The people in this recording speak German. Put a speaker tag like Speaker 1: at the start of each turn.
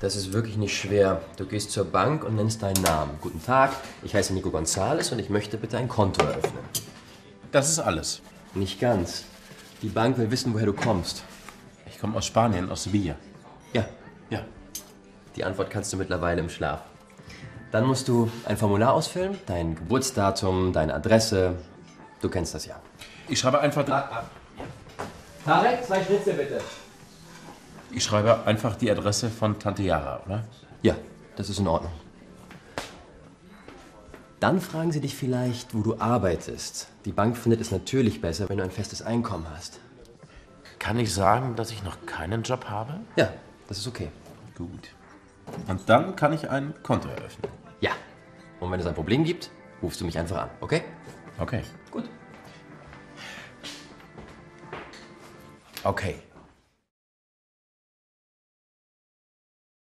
Speaker 1: Das ist wirklich nicht schwer. Du gehst zur Bank und nennst deinen Namen. Guten Tag, ich heiße Nico Gonzales und ich möchte bitte ein Konto eröffnen.
Speaker 2: Das ist alles.
Speaker 1: Nicht ganz. Die Bank will wissen, woher du kommst.
Speaker 2: Ich komme aus Spanien, aus Sevilla.
Speaker 1: Ja,
Speaker 2: Ja.
Speaker 1: die Antwort kannst du mittlerweile im Schlaf. Dann musst du ein Formular ausfüllen, dein Geburtsdatum, deine Adresse. Du kennst das ja.
Speaker 2: Ich schreibe einfach,
Speaker 1: Tarek, zwei Schnitzel bitte.
Speaker 2: ich schreibe einfach die Adresse von Tante Yara, oder?
Speaker 1: Ja, das ist in Ordnung. Dann fragen sie dich vielleicht, wo du arbeitest. Die Bank findet es natürlich besser, wenn du ein festes Einkommen hast.
Speaker 3: Kann ich sagen, dass ich noch keinen Job habe?
Speaker 1: Ja, das ist okay.
Speaker 2: Gut. Und dann kann ich ein Konto eröffnen.
Speaker 1: Ja. Und wenn es ein Problem gibt, rufst du mich einfach an, okay?
Speaker 2: Okay.
Speaker 1: Gut.
Speaker 3: Okay.